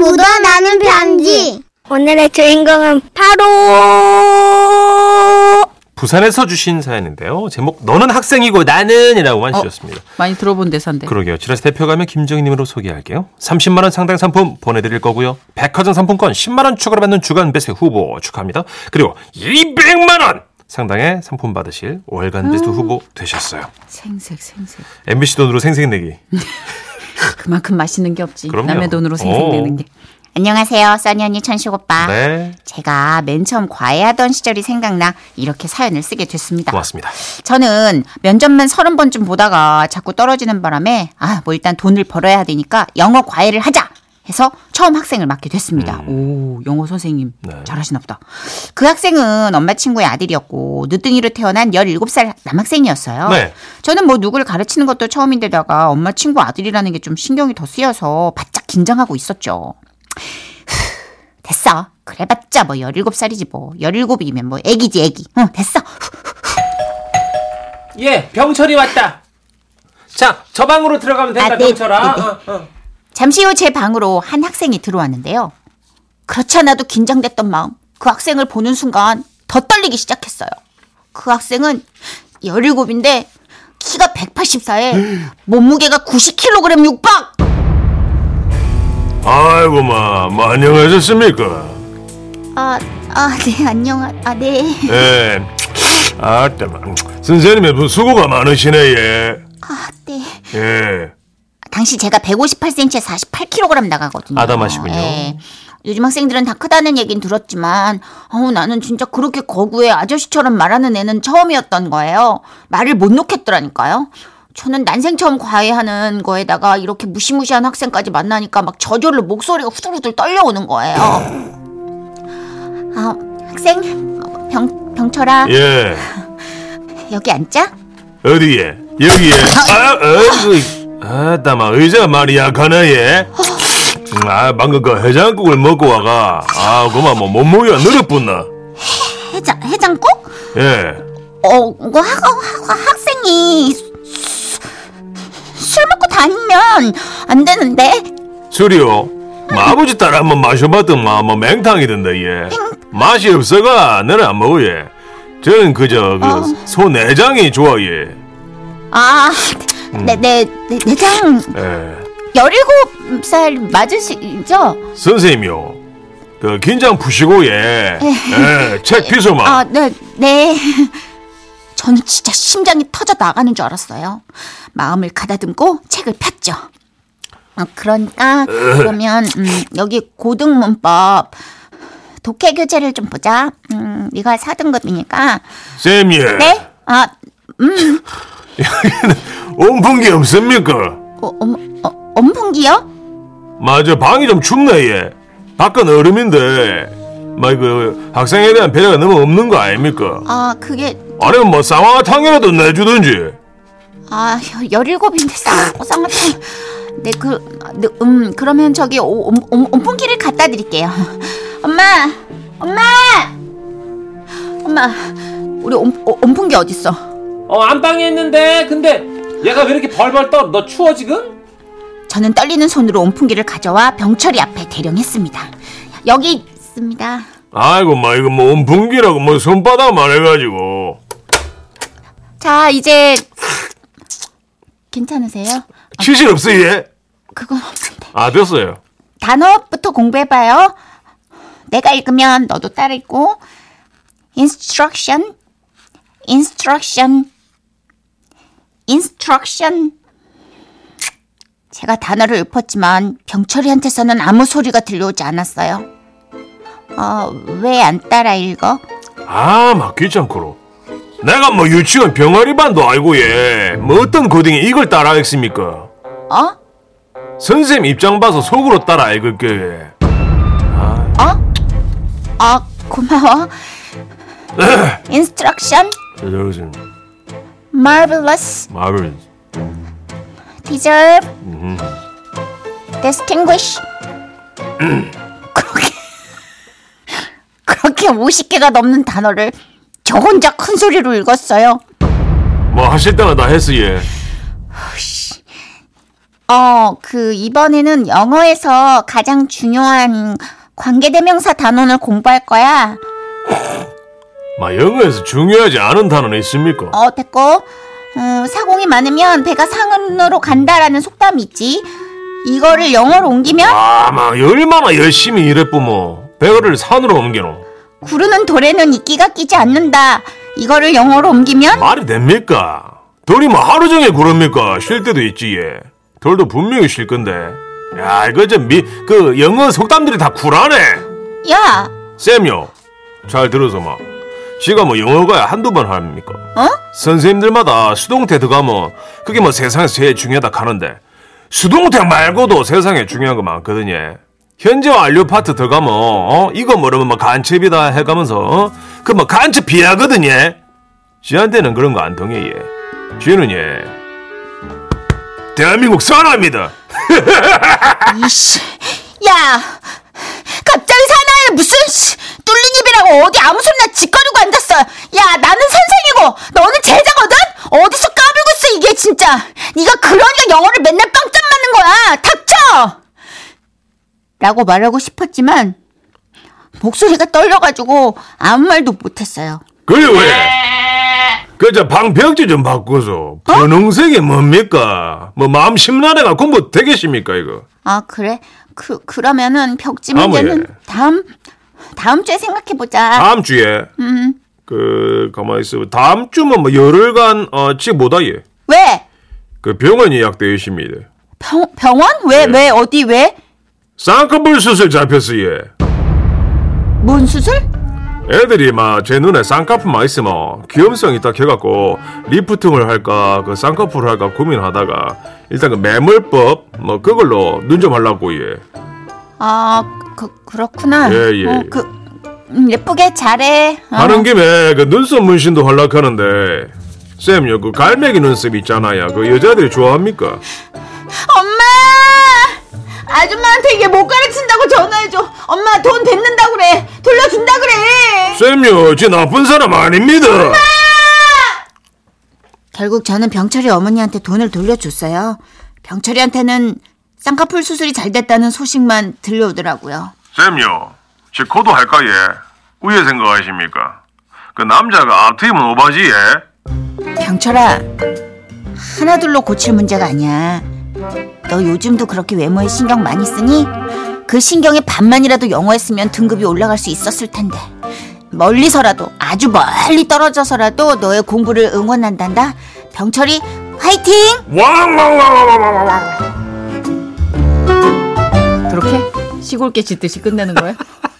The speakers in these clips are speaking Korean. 묻어나는 편지. 오늘의 주인공은 바로 부산에서 주신 사연인데요. 제목 너는 학생이고 나는이라고만 어. 주셨습니다. 많이 들어본 대사인데. 그러게요. 지라시 대표 가면 김정희님으로 소개할게요. 30만 원 상당 상품 보내드릴 거고요. 백화점 상품권 10만 원 추가로 받는 주간 베스트 후보 축하합니다. 그리고 200만 원 상당의 상품 받으실 월간 베스트 후보 되셨어요. 생색 생색. MBC 돈으로 생생내기. 그만큼 맛있는 게 없지. 그럼요. 남의 돈으로 생색내는 오. 게. 안녕하세요, 써니 언니 천식 오빠. 네, 제가 맨 처음 과외하던 시절이 생각나 이렇게 사연을 쓰게 됐습니다. 고맙습니다. 저는 면접만 서른 번쯤 보다가 자꾸 떨어지는 바람에 아, 뭐 일단 돈을 벌어야 되니까 영어 과외를 하자 해서 처음 학생을 맡게 됐습니다. 오 영어 선생님 음. 네. 잘하시나 보다. 그 학생은 엄마 친구의 아들이었고 늦둥이로 태어난 17살 남학생이었어요. 네. 저는 뭐 누굴 가르치는 것도 처음인데다가 엄마 친구 아들이라는 게 좀 신경이 더 쓰여서 바짝 긴장하고 있었죠. 됐어. 그래봤자 뭐 17살이지 뭐. 17이면 뭐 애기지 애기. 응, 됐어. 예, 병철이 왔다. 자, 저 방으로 들어가면 된다, 아, 네, 네, 병철아. 네. 어, 어. 잠시 후 제 방으로 한 학생이 들어왔는데요. 그렇지 않아도 긴장됐던 마음, 그 학생을 보는 순간 더 떨리기 시작했어요. 그 학생은 17인데 키가 184에 몸무게가 90kg 육박! 아이고 마, 뭐 안녕하셨습니까? 아, 아, 네, 안녕, 하 아, 네. 예. 아따마, 선생님의 뭐 수고가 많으시네 예. 아, 네. 예. 당시 제가 158cm에 48kg 나가거든요. 아담하시군요. 예. 요즘 학생들은 다 크다는 얘긴 들었지만, 어우, 나는 진짜 그렇게 거구에 아저씨처럼 말하는 애는 처음이었던 거예요. 말을 못 놓겠더라니까요. 저는 난생 처음 과외하는 거에다가 이렇게 무시무시한 학생까지 만나니까 막 저절로 목소리가 후들후들 떨려오는 거예요. 아, 학생, 병, 병철아, 예. 여기 앉자. 어디에? 여기에. 아, 어이구. 아따마 의자가 많이 약하네 예. 음, 아 방금 그 해장국을 먹고 와가. 아 그만 뭐 몸무게가 늘었구나. 해장, 해장국? 예. 어, 그 학, 학, 학생이 수- 술 먹고 다니면 안 되는데 술이요. 뭐 아버지 딸 한번 마셔봤더만 뭐 맹탕이던데 예. 맛이 없어가 나는 안 먹어 예. 저는 그저 그 소내장이 좋아 예. 아, 내, 내, 내, 네 내장 예. 17살 맞으시죠? 선생님요. 그 긴장 푸시고 예. 예. 책 비소만. 아, 네, 네. 저는 진짜 심장이 터져 나가는 줄 알았어요. 마음을 가다듬고 책을 폈죠. 아, 그러니까 그러면 음, 여기 고등문법 독해 교재를 좀 보자. 음, 네가 4등급이니까 쌤 예. 네? 아, 온풍기 없습니까? 어, 엄, 어, 엄풍기요? 맞아 방이 좀 춥네 얘 밖은 얼음인데 막그 학생에 대한 배려가 너무 없는 거 아닙니까 아, 그게, 아니면 뭐 쌍화탕이라도 내주든지 아, 열일곱인데 쌍, 쌍화탕. 네, 그, 네, 음, 그러면 저기 오- 옴- 옴- 온풍기를 갖다 드릴게요. 엄마! 엄마! 엄마, 우리 온, 어, 온풍기 어딨어? 어, 안방에 있는데, 근데 얘가 왜 이렇게 벌벌 떨어? 너 추워 지금? 저는 떨리는 손으로 온풍기를 가져와 병철이 앞에 대령했습니다. 여기 있습니다. 아이고 뭐 이거 뭐 온풍기라고 뭐 손바닥만 해가지고 자, 이제, 괜찮으세요? 치실 없어 얘? 그건 아 됐어요 단어부터 공부해봐요. 내가 읽으면 너도 따르고. instruction, instruction, instruction. 제가 단어를 읊었지만 병철이한테서는 아무 소리가 들려오지 않았어요. 어, 왜 안 따라 읽어? 아막 귀찮고로 내가 뭐 유치원 병아리반도 알고 얘뭐 어떤 고딩이 이걸 따라 했습니까 어? 선생님 입장 봐서 속으로 따라 읽을게 얘. 아, 고마워. instruction, 요즘 marvelous, 마블 deserve, distinguish. 그렇게 그렇게 50개가 넘는 단어를 저 혼자 큰 소리로 읽었어요. 뭐 하실 때마다 했어 얘 어, 그 이번에는 영어에서 가장 중요한 관계대명사 단원을 공부할 거야. 마 영어에서 중요하지 않은 단어는 있습니까? 어, 됐고. 어, 사공이 많으면 배가 상으로 간다라는 속담이 있지. 이거를 영어로 옮기면 아마 얼마나 열심히 일했뿜어 배를 산으로 옮기노 구르는 돌에는 이끼가 끼지 않는다. 이거를 영어로 옮기면 말이 됩니까? 돌이 뭐 하루 종일 그럽니까? 쉴 때도 있지 예. 돌도 분명히 쉴 건데 야 이거 좀미그 영어 속담들이 다 쿨하네 야, 쌤요 잘 들어서 막 지가 뭐 영어가 한두 번 합니까 어? 선생님들마다 수동태 들어가면 그게 뭐 세상에서 제일 중요하다 하는데 수동태 말고도 세상에 중요한 거 많거든요 현재 완료 파트 들어가면 어? 이거 모르면 뭐 간첩이다 해가면서 어? 그뭐 간첩 비하거든요 지한테는 그런 거 안 통해 예 지는 예 대한민국 사람이다 이씨, 야, 갑자기 사나이 무슨 씨, 뚫린 입이라고 어디 아무 소리나 짓거리고 앉았어. 야, 나는 선생이고 너는 제자거든. 어디서 까불고 있어 이게 진짜. 네가 그러니까 영어를 맨날 빵점 맞는 거야. 닥쳐. 라고 말하고 싶었지만 목소리가 떨려가지고 아무 말도 못했어요. 그래 왜? 그저 방벽지 좀 바꿔서 분홍색이 뭡니까? 뭐 마음 심란해가 공부 되겠습니까 이거? 아 그래? 그 그러면은 벽지 아무 문제는 예. 다음 다음 주에 생각해 보자. 다음 주에 그 가만 있어 다음 주면 뭐 열흘간 어, 직 못하 예. 왜? 그 병원 예약되어 있습니다. 병 병원? 왜 네. 왜, 어디 왜? 쌍꺼풀 수술 잡혔어 예. 뭔 수술? 애들이 막 제 눈에 쌍꺼풀만 있으면 귀염성이 딱 해갖고 리프팅을 할까 그 쌍꺼풀을 할까 고민하다가 일단 그 매몰법 뭐 그걸로 눈 좀 하려고 예. 아, 그, 그렇구나. 예, 예. 어, 그, 음, 예쁘게 잘해. 어. 하는 김에 그 눈썹 문신도 활락하는데 쌤요 그 갈매기 눈썹 있잖아요 그 여자들이 좋아합니까? 엄마! 아줌마한테 이게 못 가르친다고 전화해줘. 엄마 돈 뱉는다 그래. 돌려준다 그래. 쌤요 제 나쁜 사람 아닙니다 결국 저는 병철이 어머니한테 돈을 돌려줬어요. 병철이한테는 쌍꺼풀 수술이 잘 됐다는 소식만 들려오더라고요. 쌤요 제 코도 할까 예 우예 생각하십니까? 그 남자가 앞트이면 오바지 예 병철아, 하나둘로 고칠 문제가 아니야. 너 요즘도 그렇게 외모에 신경 많이 쓰니? 그 신경의 반만이라도 영어에 쓰면 등급이 올라갈 수 있었을 텐데. 멀리서라도, 아주 멀리 떨어져서라도 너의 공부를 응원한단다. 병철이, 화이팅! 왕왕왕왕왕왕왕 그렇게 시골 깨짓듯이 끝내는 거예요?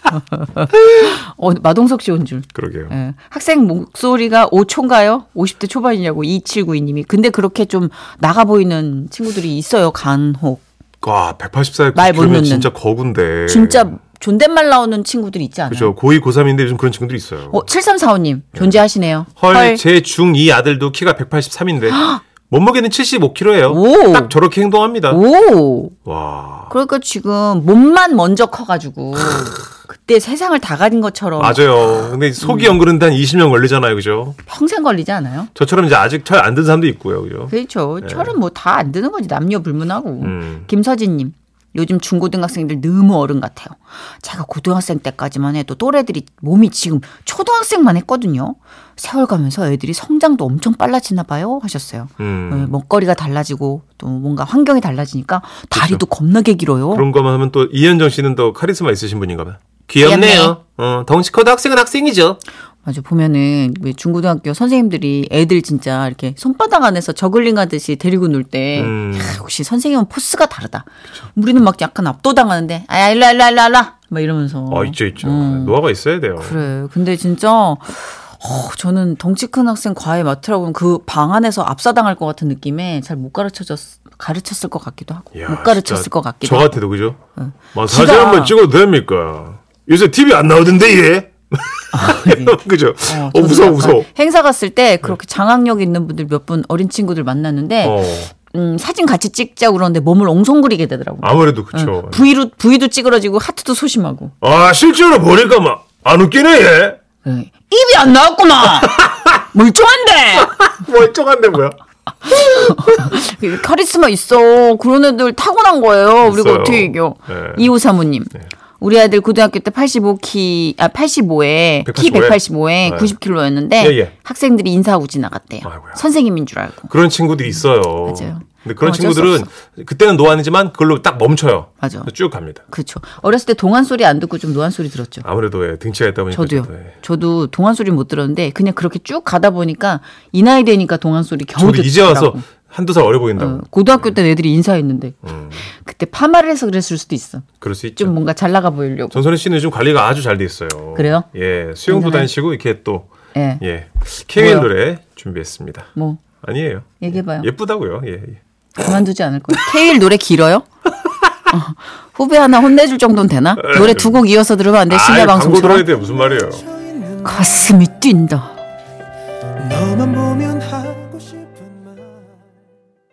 어, 마동석 씨 온 줄. 그러게요 예. 학생 목소리가 5초인가요? 50대 초반이냐고 2792님이. 근데 그렇게 좀 나가 보이는 친구들이 있어요. 간혹. 와 184에 말 그, 못 아, 그러면 놓는. 진짜 거군데 진짜 존댓말 나오는 친구들이 있지 않아요? 그죠 고2 고3인데 요즘 그런 친구들이 있어요 어, 7345님 존재하시네요. 헐제 중2 아들도 키가 183인데 몸무게는 75kg예요 오. 딱 저렇게 행동합니다 오. 와 그러니까 지금 몸만 먼저 커가지고 그때 세상을 다 가진 것처럼 맞아요. 근데 속이 연그른데 한 20년 걸리잖아요, 그죠? 평생 걸리지 않아요? 저처럼 이제 아직 철 안 든 사람도 있고요, 그죠? 그렇죠. 철은 뭐 다 안 드는 거지 남녀 불문하고. 네. 음. 김서진님. 요즘 중고등학생들 너무 어른 같아요. 제가 고등학생 때까지만 해도 또래들이 몸이 지금 초등학생만 했거든요. 세월 가면서 애들이 성장도 엄청 빨라지나 봐요 하셨어요. 음. 네, 먹거리가 달라지고 또 뭔가 환경이 달라지니까 다리도 겁나게 길어요. 그렇죠. 그런 거만 하면 또 이현정 씨는 더 카리스마 있으신 분인가 봐요. 귀엽네요. 귀엽네. 어, 덩치 커도 학생은 학생이죠. 맞아 보면은 왜 중고등학교 선생님들이 애들 진짜 이렇게 손바닥 안에서 저글링 하듯이 데리고 놀 때 아, 음. 혹시 선생님은 포스가 다르다. 우리는 막 약간 압도당하는데 아야 일로 와, 일로 와, 일로 와, 일로 와! 막 이러면서. 어, 있죠, 있죠. 음. 노화가 있어야 돼요. 그래. 근데 진짜 어, 저는 덩치 큰 학생 과외 맡으라고 하면 그 방 안에서 압사당할 것 같은 느낌에 잘 못 가르쳐졌 가르쳤을 것 같기도 하고 이야, 못 가르쳤을 진짜 것 같기도 저 하고. 어. 같아도 그죠? 뭐 사진 지가- 한번 찍어도 됩니까? 요새 TV 안 나오던데 얘. 그죠? 어, 아, 네. 저도 무서워, 약간 무서워. 네. 행사 갔을 때 그렇게 장악력 있는 분들 몇 분 어린 친구들 만났는데 어, 음, 사진 같이 찍자 고 그러는데 몸을 엉성구리게 되더라고. 요 아무래도 그쵸. 부위로 부위도 찌그러지고 하트도 소심하고. 아, 실제로 보니까 막 안 웃기네 얘. 예. 입이 안 나왔구만. 멀쩡한데. 멀쩡한데 뭐야? 카리스마 있어. 그런 애들 타고난 거예요. 우리가 있어요. 어떻게 이겨. 네. 이호 사모님. 우리 아들 고등학교 때 85키, 아, 85에, 키 185 185에 네. 90kg였는데, 예, 예. 학생들이 인사하고 지나갔대요. 아이고야. 선생님인 줄 알고. 그런 친구들이 있어요. 맞아요. 근데 그런 어쩔 수 친구들은 그때는 노안이지만 그걸로 딱 멈춰요. 맞아. 쭉 갑니다. 그렇죠. 어렸을 때 동안 소리 안 듣고 좀 노안 소리 들었죠. 아무래도 예, 등치가 있다 보니까 저도요. 저도, 예. 저도 동안 소리 못 들었는데 그냥 그렇게 쭉 가다 보니까 이 나이 되니까 동안 소리 겨우 저도 듣더라고. 이제 와서 한두 살 어려 보인다고. 어, 고등학교 때 애들이 인사했는데 음. 그때 파마를 해서 그랬을 수도 있어. 그럴 수 있죠. 좀 뭔가 잘 나가 보이려고. 전선희 씨는 요즘 관리가 아주 잘 돼 있어요. 그래요? 예, 수영도 괜찮아요? 다니시고 이렇게 또 예. 예, 케이윌 뭐요? 노래 준비했습니다. 뭐 아니에요. 얘기해봐요. 예쁘다고요. 예, 예. 그만두지 않을 거예요. 케일 노래 길어요? 어, 후배 하나 혼내줄 정도는 되나? 노래 두 곡 이어서 들으면 안 돼? 아이, 심야 광고 들어야 방송처럼 돼 무슨 말이에요? 가슴이 뛴다. 너만 보면 하